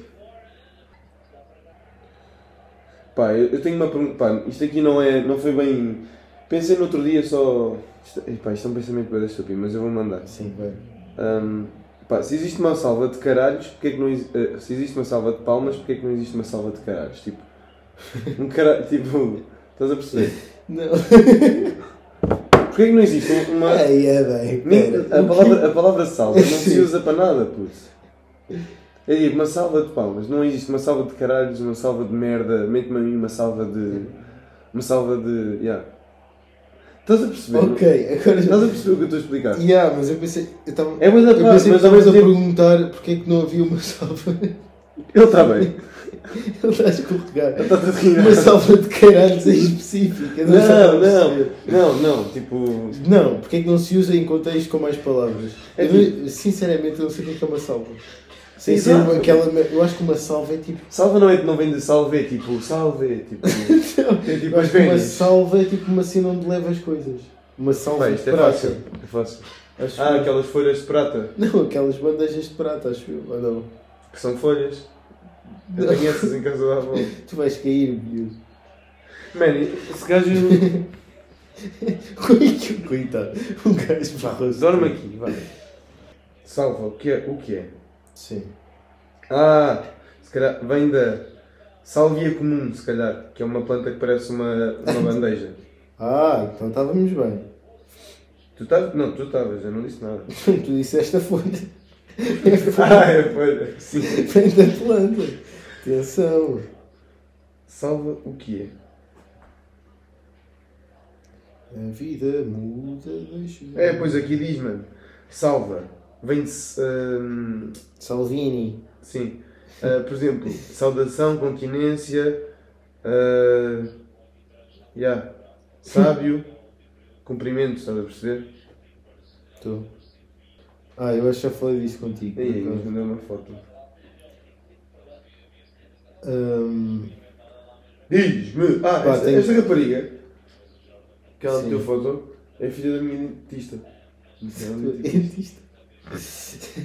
A: Pá, eu, eu tenho uma pergunta. Pá, isto aqui não é. Não foi bem. Pensei no outro dia só. Isto, epá, isto é um pensamento bem estúpido, mas eu vou mandar.
B: Sim, vai.
A: Hum, pá, se existe uma salva de caralhos, porque é que não exi- eh, se existe uma salva de palmas, porque é que não existe uma salva de caralhos? Tipo, um caralho, tipo, estás a perceber?
B: Não.
A: Porque é que não existe uma.
B: Ai, é bem.
A: Nem-
B: pera.
A: a, palavra, a palavra salva não se
B: Sim.
A: usa para nada, puto. Eu digo, uma salva de palmas, não existe uma salva de caralhos, uma salva de merda, mete-me a mim uma salva de. Uma salva de. Yeah. Estás a perceber?
B: Ok, agora
A: Estás a perceber o que eu estou a explicar?
B: Yeah, mas eu pensei. Eu estava.
A: É bué da
B: eu
A: parte,
B: pensei
A: mas
B: mas
A: ao
B: a
A: mesmo
B: perguntar porque é que não havia uma salva. Ele
A: Ele está bem.
B: está a escorregar.
A: Ele está a rir.
B: Uma salva de caralhos em específica.
C: é
B: estava
A: Não,
B: a perceber.
A: não, não, não, tipo.
B: Não, porque é que não se usa em contexto com mais palavras?
A: É
B: Eu não- sinceramente, eu não sei o que é que é uma salva.
C: Sem ser
A: Exato.
C: aquela. Eu acho que uma salva é tipo.
A: Salva não, é, não vem de salve, é tipo, salve, é tipo. É tipo
C: Eu
A: as
C: acho que uma
A: férias.
C: salva é tipo uma cena onde leva as coisas. Uma salva
A: Bem,
C: de
A: isto é
C: prata.
A: fácil. É fácil.
C: Acho que-
A: Ah, aquelas folhas de prata,
C: Não, aquelas bandejas de prata, acho eu. Ou não.
A: que são folhas. Eu tenho essas em casa da avó.
C: Tu vais cair, miúdo.
A: Mano, esse gajo.
C: Coitado. Um gajo barroso.
A: Dorme aqui, vai. Salva, o que é? O que é?
C: Sim.
A: Ah, se calhar vem da salvia comum, se calhar, que é uma planta que parece uma, uma bandeja.
C: Ah, então estávamos bem.
A: Tu estavas? Não, tu estavas, eu não disse nada.
C: Tu disseste a folha. É folha.
A: Ah, é folha. Sim.
C: Vem da planta. Atenção.
A: Salva o que é?
C: A vida muda, deixa.
A: É, pois aqui diz, mano. Salva. Vem-se. hum,
C: Salvini.
A: sim. Ah, por exemplo, saudação, continência. ah, yeah. Sábio. Cumprimento, estás a perceber?
C: Tu. Ah, eu acho que já falei disso contigo.
A: E aí,
C: por acaso.
A: nos mandou uma foto.
C: Hum,
A: Diz-me! Ah,
C: Pá,
A: esta,
C: tenho-
A: esta rapariga que ela
C: Sim.
A: meteu foto é filha da minha dentista. Não sei, ela é dentista.
C: dentista.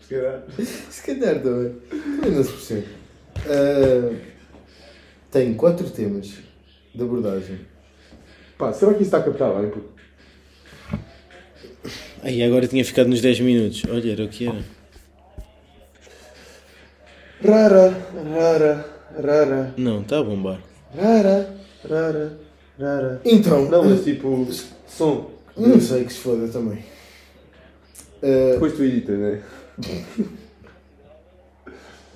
A: Se calhar.
C: Se calhar também. Também não se percebe. Ah, tenho quatro temas de abordagem.
A: Pá, será que isso está a captar bem? puto?
B: Aí agora tinha ficado nos 10 minutos. Olha, era o que era.
A: Rara, rara, rara,
B: Não, tá está a bombar.
A: rara, rara, rara. Hum.
C: Então,
A: Não, mas tipo, som.
C: não sei que se foda também. Ah,
A: Depois tu editas, né?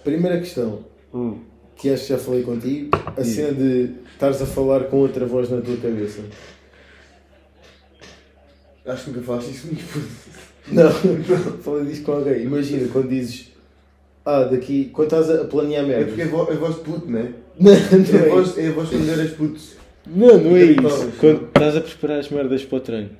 C: primeira questão,
A: Hum.
C: que acho que já falei contigo, a
A: Sim.
C: cena de estares a falar com outra voz na tua cabeça.
A: Acho que nunca falaste isso comigo. puto.
C: Não, falei disso com alguém. Imagina quando dizes, ah, daqui, quando estás a planear
A: É
C: merda.
A: porque é vo- é voz de puto, né?
C: Não,
A: É a
C: não é
A: voz, é a voz quando eras puto.
B: Não, não é isso.
A: Gritovas.
B: Quando estás a preparar as merdas para o treino,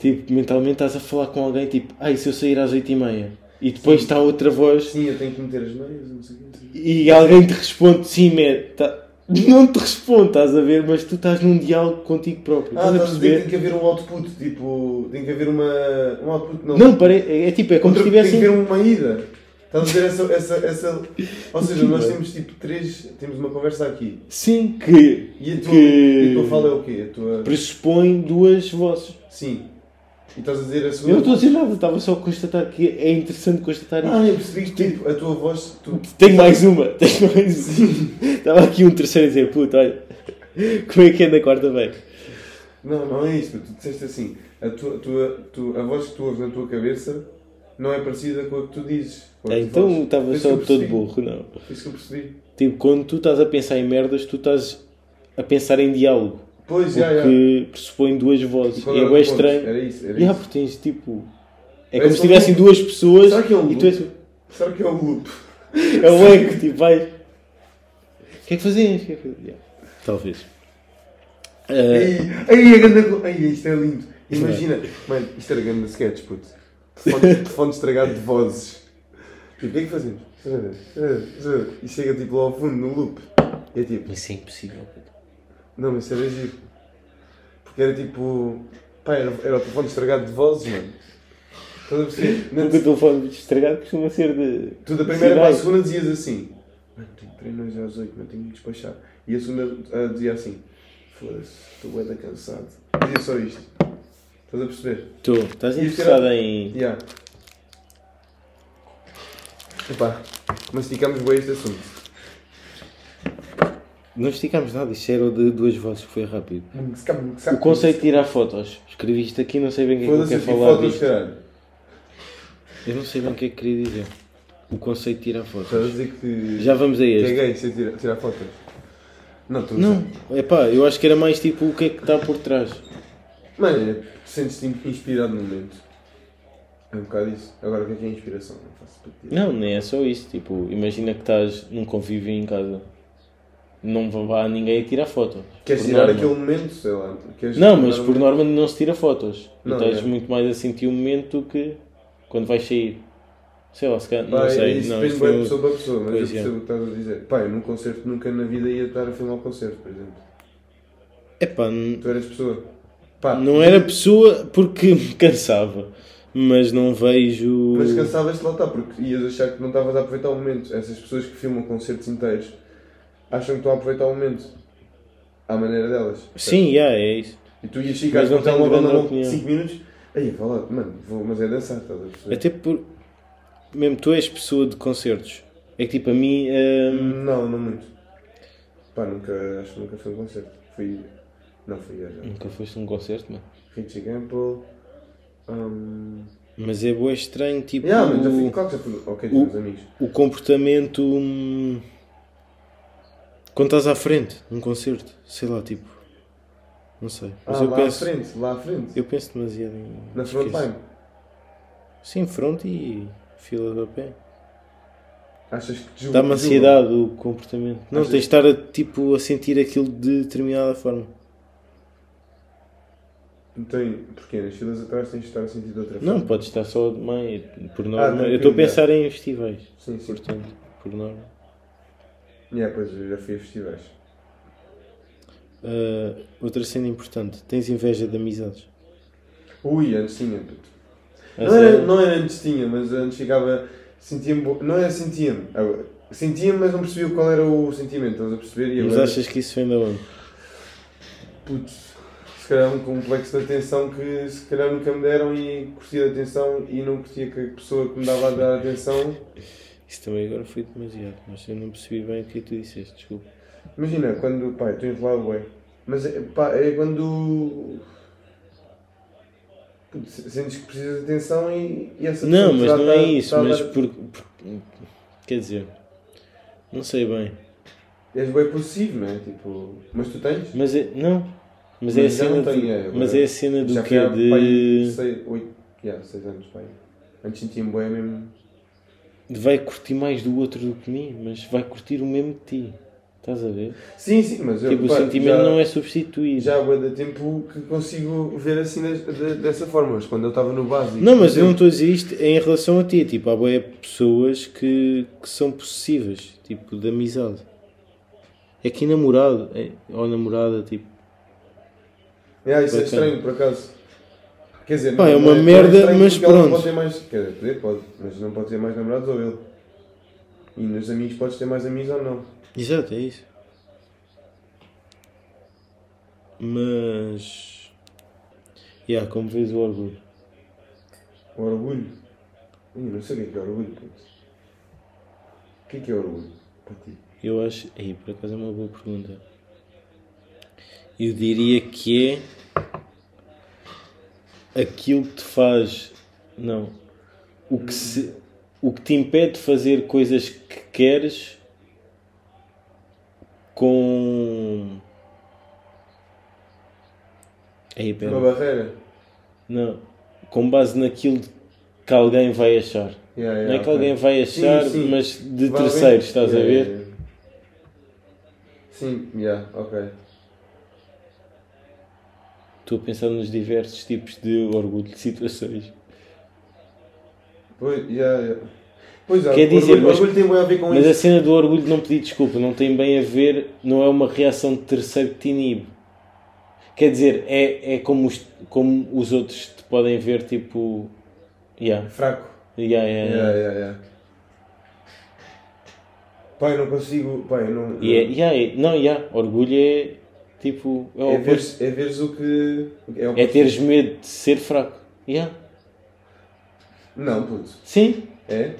B: tipo, mentalmente estás a falar com alguém, tipo, ah, e se eu sair às 8h30? E depois está outra voz
A: Sim, eu tenho que meter as meias, não sei o quê.
B: e alguém te responde, sim, man, tá- não te responde, estás a ver, mas tu estás num diálogo contigo próprio.
A: Ah,
B: Estás a
A: estás a dizer que
B: perceber?
A: tem que haver um output, tipo, tem que haver uma. Um output não. um-
B: Não, pare... é, é tipo, é como
A: Outra-
B: se
A: Tem que
B: tivessem.
A: haver uma ida. Estás a dizer essa, essa, essa. Ou seja, nós temos tipo três. Temos uma conversa aqui.
B: Sim, que,
A: E a tua,
B: Que-
A: e a tua fala é o quê? A tua.
B: pressupõe duas vozes.
A: Sim. E estás a dizer a
B: Eu não
A: segunda.
B: estou a dizer nada, estava só a constatar que é interessante constatar isso.
A: Ah, eu percebi que tipo, a tua voz. Tu...
B: Tenho mais uma, tenho mais uma. Estava aqui um terceiro a dizer, puto, olha, como é que anda a quarta bem?
A: Não, não é isso. Tu disseste assim. A, tua, a, tua, tu- a voz que tu ouves na tua cabeça não é parecida com a que tu dizes. com a
B: Ah,
A: que tu
B: Então
A: fazes. Foi
B: estava
A: isso
B: só
A: que eu
B: todo
A: percebi.
B: burro, não.
A: Foi isso que eu percebi.
B: Tipo, quando tu estás a pensar em merdas, tu estás a pensar em diálogo,
A: Pois, já, já.
B: que pressupõe duas
A: E
B: vozes.
A: qual
B: E é
A: era o
B: bem
A: ponto?
B: estranho.
A: Era isso, era
B: E há
A: isso.
B: porque tens tipo. É
A: Parece
B: como se
A: um
B: tivessem
A: loop.
B: duas pessoas
A: Será que é um
B: e tu és.
A: loop? Será que é o loop?
B: É o eco, tipo, vais. O que é que fazias? O que é que fazias? Yeah. Talvez. Ah,
A: Aí, aí, a grande... aí, isto é lindo. Imagina, mano, isto era grande sketch, puto. Telefone, telefone estragado de vozes. Tipo, o que é que fazemos? E chega tipo lá ao fundo, no loop. E é tipo,
B: Mas isso é impossível. puto.
A: não, mas isso era giro. Porque era tipo, pá, era, era o telefone estragado de vozes, mano. Estás a perceber?
B: Porque o
A: Na-
B: telefone estragado costuma ser de.
A: Tu da primeira para a
B: Sinais.
A: segunda dizias assim, mano, tenho treino hoje às 8, mano, tenho que despachar. E a segunda ah, dizia assim, foda-se, estou bué da cansado. Dizia só isto. Estás a perceber?
B: Tu, estás
A: E
B: interessado em.
A: Ya. Epá, masticamos bem este assunto.
B: Não esticámos nada, isto era o de duas vozes que foi rápido.
A: O
B: O conceito de tirar fotos. Escrevi isto aqui, não sei bem o que é que eu
A: Foda-se, eu
B: quero
A: tive
B: falar
A: fotos,
B: disto.
A: caralho.
B: Eu não sei bem o que é que queria dizer. O conceito de tirar fotos.
A: Estás a dizer que,
B: Já vamos a
A: que é
B: este.
A: gay sem tirar, tirar fotos? Não, tu
B: Não, é pá, eu acho que era mais tipo o que é que está por trás.
A: Mano, sentes-te inspirado no momento. É um bocado isso. Agora o que é que é inspiração? Não faço para ti.
B: Não, nem é só isso. Tipo, imagina que estás num convívio em casa. Não vá há ninguém a tirar foto.
A: Queres
B: Por
A: tirar
B: norma.
A: aquele momento? Sei lá. Queres um
B: Não, mas por
A: não.
B: norma não se tira fotos. Tu
A: Não,
B: estás
A: é.
B: muito mais a sentir o momento do que quando vais sair. Sei lá, se calhar,
A: Pá,
B: não sei.
A: isso depende
B: Não, isto
A: bem de
B: foi-
A: pessoa para pessoa, mas
B: Pois, é.
A: eu percebo o que estás a dizer. Pá, eu num concerto nunca na vida ia estar a filmar um concerto, por exemplo.
B: um- Epá, n-
A: Tu eras pessoa. Pá,
B: não era pessoa porque me cansava, mas não vejo.
A: Mas cansavas-te lá está, porque ias achar que não estavas a aproveitar o momento. Essas pessoas que filmam concertos inteiros acham que estão a aproveitar o momento. À maneira delas.
B: Sim, já, é isso.
A: E tu ias ficar
B: Mas não
A: com o
B: tenho
A: telemóvel na
B: grande
A: mão
B: opinião.
A: 5 minutos. Aí, vá lá, mano, vou, mas é dançar, estás a perceber?
B: Até por. Mesmo tu és pessoa de concertos. É que tipo, a mim. hum,
A: Não, não muito. Pá, nunca, acho que nunca fui a um concerto. Fui. Não fui eu já.
B: Nunca foste num concerto, mano.
A: Richie Gamble. Um...
B: Mas é bué estranho, tipo.
A: Yeah, mas já fui. Claro que já fui. Ok, tivemos amigos. Ah,
B: o comportamento hum, quando estás à frente num concerto, sei lá, tipo, não sei, mas
A: Ah,
B: eu
A: lá
B: penso,
A: à frente, lá à frente.
B: eu penso demasiado em
A: Na
B: esqueço.
A: frontline.
B: Sim, front e fila de pé.
A: Achas que te julgam?
B: Dá-me
A: te julgam?
B: ansiedade o comportamento. Não,
A: Achas-
B: tens de estar a, tipo, a sentir aquilo de determinada forma.
A: Não tem. Porquê? Nas filas atrás tens de estar a sentir de outra
B: Não,
A: forma.
B: podes estar só de mãe, por norma.
A: tranquilo,
B: eu estou a
A: já.
B: pensar em festivais,
A: Sim, sim.
B: portanto, por norma.
A: Yeah, pois eu já fui a festivais.
B: Ah, outra cena importante, tens inveja de amizades.
A: Ui, antes tinha, puto.
B: A
A: Não era,
B: É sério?
A: não era antes tinha, mas antes ficava. Sentia-me. bo- Não era sentia-me. Agora, Sentia-me, mas não percebia qual era o sentimento, estás a perceber? E
B: Mas
A: agora,
B: achas que isso vem de onde?
A: Putz, se calhar um complexo de atenção que se calhar nunca me deram e curtia de atenção e não curtia que a pessoa que me dava a dar atenção.
B: Isso também agora foi demasiado, mas eu não percebi bem o que tu disseste, desculpa.
A: Imagina, quando. Pá, eu estou enrolado, bem. Mas é, pá, é quando. Putz, Sentes que precisas de atenção e, e essa
B: Não, mas
A: pessoa já
B: não é
A: tá-
B: isso,
A: tá a
B: mas
A: dar-
B: por, por- Quer dizer, não sei bem.
A: És bem possível, não é? Tipo, mas tu tens?
B: Mas é. Não, mas, é a
A: Mas já
B: cena.
A: não
B: do-
A: tenho, é, agora.
B: mas é a cena do
A: Já
B: quê?
A: fui há, pá,
B: De,
A: seis, oito, yeah, seis anos, pai. Antes sentia-me bem mesmo.
B: de vai curtir mais do outro do que mim, mas vai curtir o mesmo de ti. Estás a ver?
A: Sim, sim, mas eu.
B: tipo, o
A: pá,
B: sentimento
A: já-
B: não é substituído.
A: já há bué de tempo que consigo ver assim des- de- dessa forma, mas quando eu estava no básico.
B: Não, mas
A: por
B: eu não
A: exemplo,
B: estou a dizer isto em relação a ti. Tipo, há boé pessoas que, que são possessivas, tipo, de amizade. É que namorado, é- ou namorada, tipo.
A: É, isso é
B: Bacana.
A: estranho, por acaso. Quer dizer,
B: Pá, é uma
A: tão
B: merda,
A: estranho
B: mas
A: porque ela não
B: pronto.
A: Pode ter mais, quer dizer, poder pode, mas não pode ter mais namorados ou ele. E nos amigos podes ter mais amigos ou não.
B: Exato, é isso. Mas. Yeah, como vês o orgulho.
A: O orgulho. Ih, não sei o que é que é orgulho, putz. O que é que é orgulho para ti?
B: Eu acho. Aí, por acaso é uma boa pergunta. Eu diria que é. aquilo que te faz. Não. O que, se, o que te impede de fazer coisas que queres com. Aí, pera.
A: Uma barreira.
B: Não, com base naquilo que alguém vai achar.
A: Yeah,
B: não é
A: yeah,
B: que
A: ok.
B: alguém vai
A: Sim,
B: achar,
A: sim.
B: mas de
A: Vai
B: terceiros,
A: bem.
B: estás a
A: Yeah,
B: ver?
A: yeah, yeah. Sim, yeah, ok.
B: Estou a pensar nos diversos tipos de orgulho de situações.
A: Pois, já, já. Pois há,
B: Quer
A: o
B: dizer,
A: orgulho,
B: mas-
A: o orgulho tem bem a ver com
B: Mas a
A: Então isso.
B: cena do orgulho de não pedir desculpa não tem bem a ver, não é uma reação de terceiro que te inibe. Quer dizer, é, é como, os, como os outros te podem ver, tipo. Yeah,
A: É Fraco.
B: yeah, yeah,
A: Yeah,
B: yeah.
A: yeah, yeah. Pai, eu não consigo. Pai, eu não.
B: E é- yeah, é- não, yeah, orgulho é tipo. É, o
A: não- É,
B: oposto.
A: veres, é veres o que. É, o
B: é teres medo de ser fraco. Yeah.
A: Não, puto.
B: Sim,
A: É?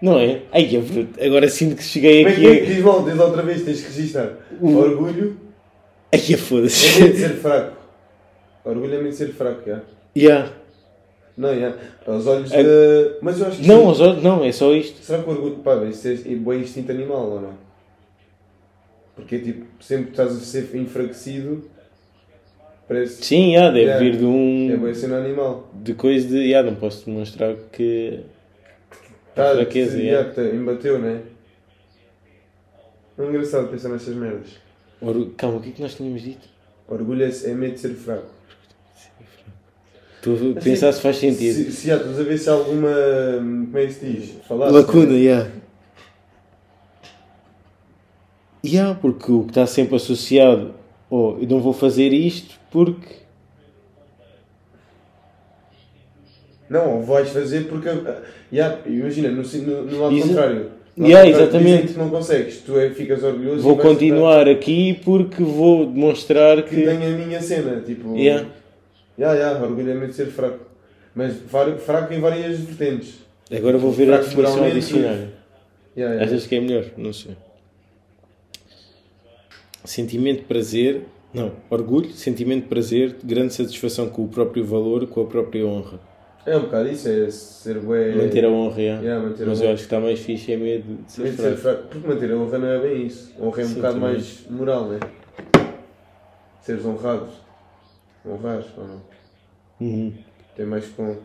B: Não é? Ai, é bruto. Agora sinto que cheguei
A: Como é que é que
B: aqui.
A: diz mal? Diz outra vez, tens que registrar.
B: O-
A: Orgulho
B: Ai, é
A: é medo de
B: foda-se.
A: ser fraco. Orgulho é medo de ser fraco, já.
B: Yeah.
A: Não, já. Aos olhos
B: É-
A: de. Mas eu acho que.
B: Não, aos olhos, não, é só isto.
A: Será que o orgulho, pá, isso é bom instinto animal ou não? Porque tipo, sempre que estás a ser enfraquecido, parece
B: Sim, yeah, deve
A: Yeah.
B: vir de
A: que é bom
B: um.
A: cena animal.
B: de coisa de. Yeah, não posso demonstrar que.
A: Tá,
B: fraqueza,
A: se-
B: yeah.
A: já, te embateu, não é? É engraçado pensar nestas merdas.
B: Oru- Calma, o que é que nós tínhamos dito?
A: Orgulho é, é medo de ser fraco.
B: Estou a pensar se faz sentido.
A: Se, se há, estás a ver se há alguma. Como é que se diz? Falar
B: Lacuna, yeah. Yeah, porque o que está sempre associado, oh, eu não vou fazer isto porque.
A: Não, ou vais fazer porque. ah, yeah, imagina, no, si- no, no lado
B: Isso-
A: contrário. No
B: Yeah,
A: lado contrário,
B: exatamente.
A: dizem que não consegues, tu é, que ficas orgulhoso.
B: Vou
A: e vais-
B: continuar aqui porque vou demonstrar
A: Que
B: que.
A: tenho a minha cena, tipo.
B: Yeah.
A: Yeah, yeah, orgulho-me de ser fraco. Mas vari- fraco em várias vertentes.
B: Agora vou ver a
A: Fraco
B: definição ao
A: moralmente.
B: dicionário.
A: Yeah, yeah.
B: Achas que é melhor? Não sei. Sentimento de prazer. Não, orgulho, sentimento de prazer, grande satisfação com o próprio valor, com a própria honra.
A: É um bocado isso, é ser bué.
B: Manter a honra, é.
A: Yeah, manter a
B: mas eu
A: honra.
B: acho que está mais fixe é medo de ser
A: Mas ser
B: fraco.
A: fraco. Porque manter a honra não é bem isso. Honra é um
B: Sim,
A: bocado
B: também.
A: mais moral, né? Seres honrados. Honrares, ou não?
B: Uhum.
A: Tem mais com.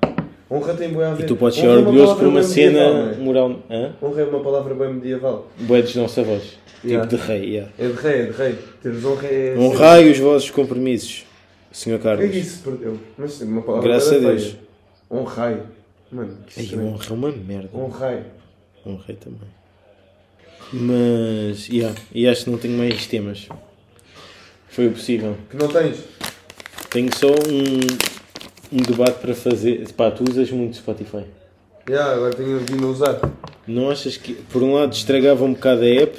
A: Honra tem boa a ver.
B: E tu podes ser
A: Honra é uma
B: orgulhoso por
A: palavra
B: uma
A: bem
B: cena
A: medieval, né?
B: moral. Hã?
A: Honra é uma palavra bem medieval.
B: Boé dos nossos avós.
A: Yeah.
B: Tipo de rei, yeah.
A: É de rei, é de rei. Teres honra é.
B: Honrai os vossos compromissos, Sr.
A: O que é
B: Carlos.
A: que isso se perdeu? Mas é uma palavra
B: Graças
A: bué
B: a
A: feia.
B: Deus.
A: Honrai. Mano, que
B: Ai,
A: estranho. Um
B: honra é uma merda.
A: Honrai.
B: Honrei também. Mas, yeah, e acho que não tenho mais temas. Foi o possível.
A: Que não tens?
B: Tenho só um, um debate para fazer. Pá, tu usas muito Spotify.
A: Já, agora tenho vindo a usar.
B: Não achas que, por um lado, estragava um bocado a app,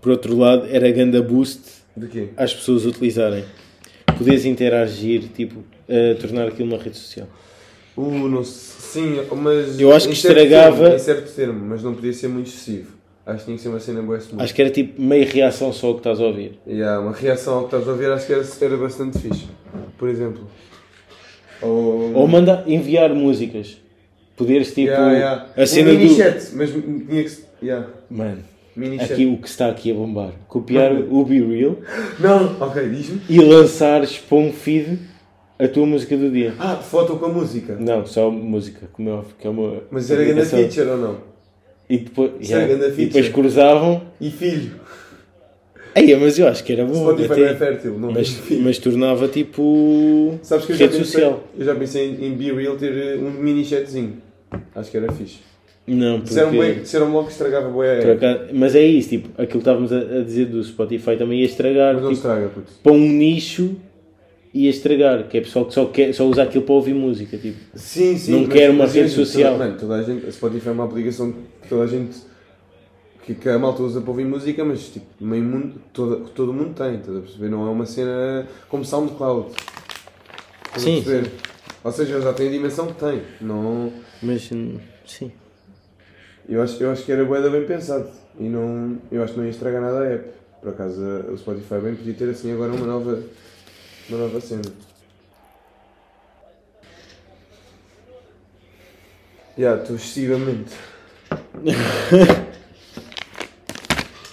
B: por outro lado, era ganda boost
A: De quê?
B: às pessoas utilizarem? Podias interagir, tipo, a tornar aquilo uma rede social.
A: Uh, não sei. Sim, mas.
B: Eu acho que
A: em certo
B: estragava-
A: termo, em certo termo, mas não podia ser muito excessivo. Acho que tinha que ser uma cena boa smooth.
B: Acho que era tipo meio reação só ao que estás a ouvir.
A: Yeah, uma reação ao que estás a ouvir, acho que era, era bastante fixe. Por exemplo. Ou.
B: Ou manda enviar músicas. Poderes, tipo,
A: Yeah, yeah.
B: a cena
A: um mini
B: do.
A: chat, mas tinha que. se- Yeah,
B: Mano,
A: mini chat.
B: É aqui um o que está aqui a bombar. Copiar o Be Real
A: Não, ok, diz-me.
B: e lançares para um feed a tua música do dia.
A: Ah, foto com a música.
B: Não, só música, como é óbvio, que é uma.
A: Mas era grande
B: aplicação.
A: feature ou não?
B: E depois,
A: Isso era grande
B: yeah, e
A: feature.
B: depois cruzavam.
A: E filho.
B: Aí, mas eu acho que era bom.
A: Spotify
B: até.
A: não é fértil, não
B: mas,
A: tem filho.
B: mas tornava tipo.
A: Sabes que eu já
B: rede
A: pensei,
B: social.
A: eu já pensei em, em Be Real ter eh, um mini chatzinho. Acho que era fixe. um
B: Não, porque.
A: Disseram, bem, disseram logo que estragava boé
B: por acaso- mas é isso, tipo, aquilo que estávamos a, a dizer do Spotify também ia estragar.
A: Mas não
B: tipo,
A: estraga, puto.
B: para um nicho ia estragar, que é pessoal que só, quer, só usa aquilo para ouvir música. Tipo.
A: Sim, sim.
B: Não
A: mas-
B: quero uma
A: mas
B: rede
A: imagina,
B: social.
A: Toda, mano, toda a gente, a Spotify é uma aplicação que toda a gente. que, que a malta usa para ouvir música, mas tipo, meio mundo, todo, todo mundo tem, estás a perceber? Não é uma cena como SoundCloud. Estás a
B: Sim,
A: perceber? Ou seja, já tem a dimensão que tem. Não,
B: Mas hum, sim.
A: eu, acho, eu acho que era bué da bem pensado. E não, eu acho que não ia estragar nada a app. Por acaso, a- o Spotify bem podia ter assim agora uma nova, uma nova cena. Já, estou excessivamente.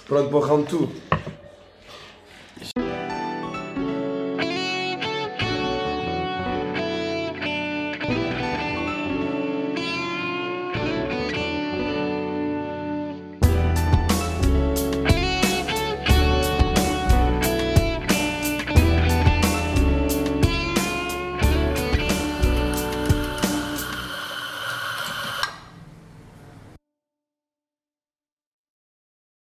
A: Pronto para o round 2.